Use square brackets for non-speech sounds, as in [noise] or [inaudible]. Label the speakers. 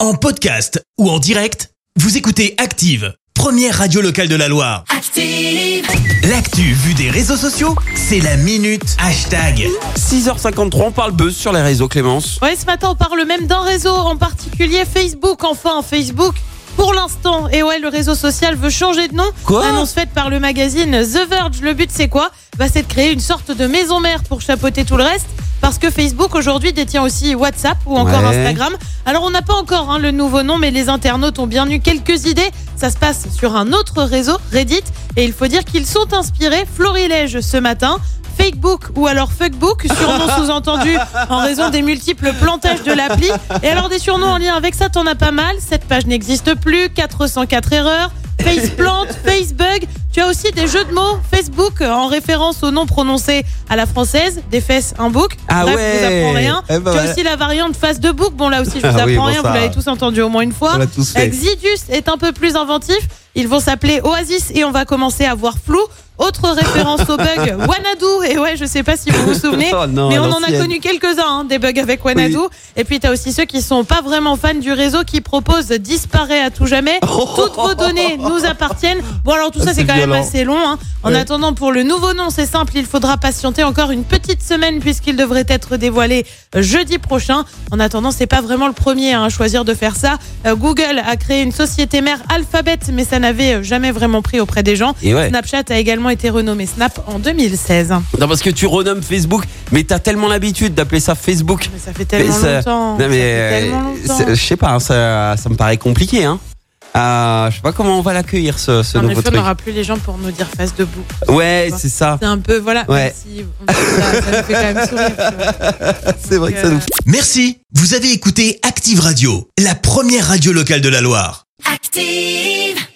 Speaker 1: En podcast ou en direct, vous écoutez Active, première radio locale de la Loire.
Speaker 2: Active.
Speaker 1: L'actu vue des réseaux sociaux, c'est la minute hashtag.
Speaker 3: 6h53, on parle buzz sur les réseaux, Clémence.
Speaker 4: Ouais, ce matin, on parle même d'un réseau, en particulier Facebook. Enfin, Facebook, pour l'instant, et ouais, le réseau social veut changer de nom.
Speaker 3: Quoi
Speaker 4: Annonce faite par le magazine The Verge. Le but, c'est quoi bah, C'est de créer une sorte de maison mère pour chapeauter tout le reste. Parce que Facebook aujourd'hui détient aussi WhatsApp ou encore
Speaker 3: Ouais.
Speaker 4: Instagram. Alors on n'a pas encore hein, le nouveau nom, mais les internautes ont bien eu quelques idées. Ça se passe sur un autre réseau, Reddit, et il faut dire qu'ils sont inspirés florilège ce matin. Fakebook ou alors Fuckbook,
Speaker 3: [laughs]
Speaker 4: surnom sous-entendu en raison des multiples plantages de l'appli. Et alors des surnoms en lien avec ça, t'en as pas mal. Cette page n'existe plus, 404 erreurs,
Speaker 3: [laughs]
Speaker 4: Faceplant, Facebug. Tu as aussi des jeux de mots, Facebook en référence au nom prononcé à la française, des fesses, un book.
Speaker 3: Ah
Speaker 4: Bref, je
Speaker 3: ouais.
Speaker 4: vous apprends rien.
Speaker 3: Eh ben
Speaker 4: tu as
Speaker 3: ouais.
Speaker 4: aussi la variante face de book. Bon là aussi je vous
Speaker 3: Ah
Speaker 4: apprends
Speaker 3: oui, bon,
Speaker 4: rien,
Speaker 3: ça-
Speaker 4: vous l'avez tous entendu au moins une fois.
Speaker 3: On l'a tous
Speaker 4: Bah,
Speaker 3: fait.
Speaker 4: Exidus est un peu plus inventif. Ils vont s'appeler Oasis et on va commencer à voir flou. Autre référence au bug, Wanadu. Et ouais, je sais pas si vous vous souvenez,
Speaker 3: Oh non,
Speaker 4: mais
Speaker 3: à
Speaker 4: on en a
Speaker 3: l'ancienne.
Speaker 4: connu quelques-uns, hein, des bugs avec Wanadu. Et puis, tu as aussi ceux qui sont pas vraiment fans du réseau qui proposent disparaît à
Speaker 3: [laughs]
Speaker 4: tout jamais. Toutes vos données nous appartiennent. Bon, alors tout
Speaker 3: Ah,
Speaker 4: ça,
Speaker 3: c'est
Speaker 4: c'est quand même
Speaker 3: violent.
Speaker 4: assez long. hein. En
Speaker 3: Ouais.
Speaker 4: attendant, pour le nouveau nom, c'est simple, il faudra patienter encore une petite semaine puisqu'il devrait être dévoilé euh, jeudi prochain. En attendant, c'est pas vraiment le premier hein, à choisir de faire ça. Euh, Google a créé une société mère Alphabet, mais ça n'avait euh, jamais vraiment pris auprès des gens.
Speaker 3: Et ouais.
Speaker 4: Snapchat a également été renommé Snap en 2016.
Speaker 3: Non, parce que tu renommes Facebook, mais t'as tellement l'habitude d'appeler ça Facebook.
Speaker 4: Ah, Mais ça fait tellement
Speaker 3: Mais ça- Non,
Speaker 4: longtemps.
Speaker 3: mais
Speaker 4: ça fait
Speaker 3: euh,
Speaker 4: tellement longtemps.
Speaker 3: c'est- je sais pas, hein, ça, ça me paraît compliqué. Hein. Euh, je sais pas comment on va l'accueillir, ce, ce
Speaker 4: En
Speaker 3: nouveau
Speaker 4: effet, on
Speaker 3: truc.
Speaker 4: n'aura plus les gens pour nous dire face debout.
Speaker 3: Ouais, c'est ça.
Speaker 4: C'est un peu, voilà.
Speaker 3: Ouais.
Speaker 4: même si on fait ça, ça nous
Speaker 3: [laughs]
Speaker 4: fait quand même sourire. tu vois.
Speaker 3: C'est vrai que ça nous
Speaker 1: Merci, vous avez écouté Active Radio, la première radio locale de la Loire.
Speaker 2: Active.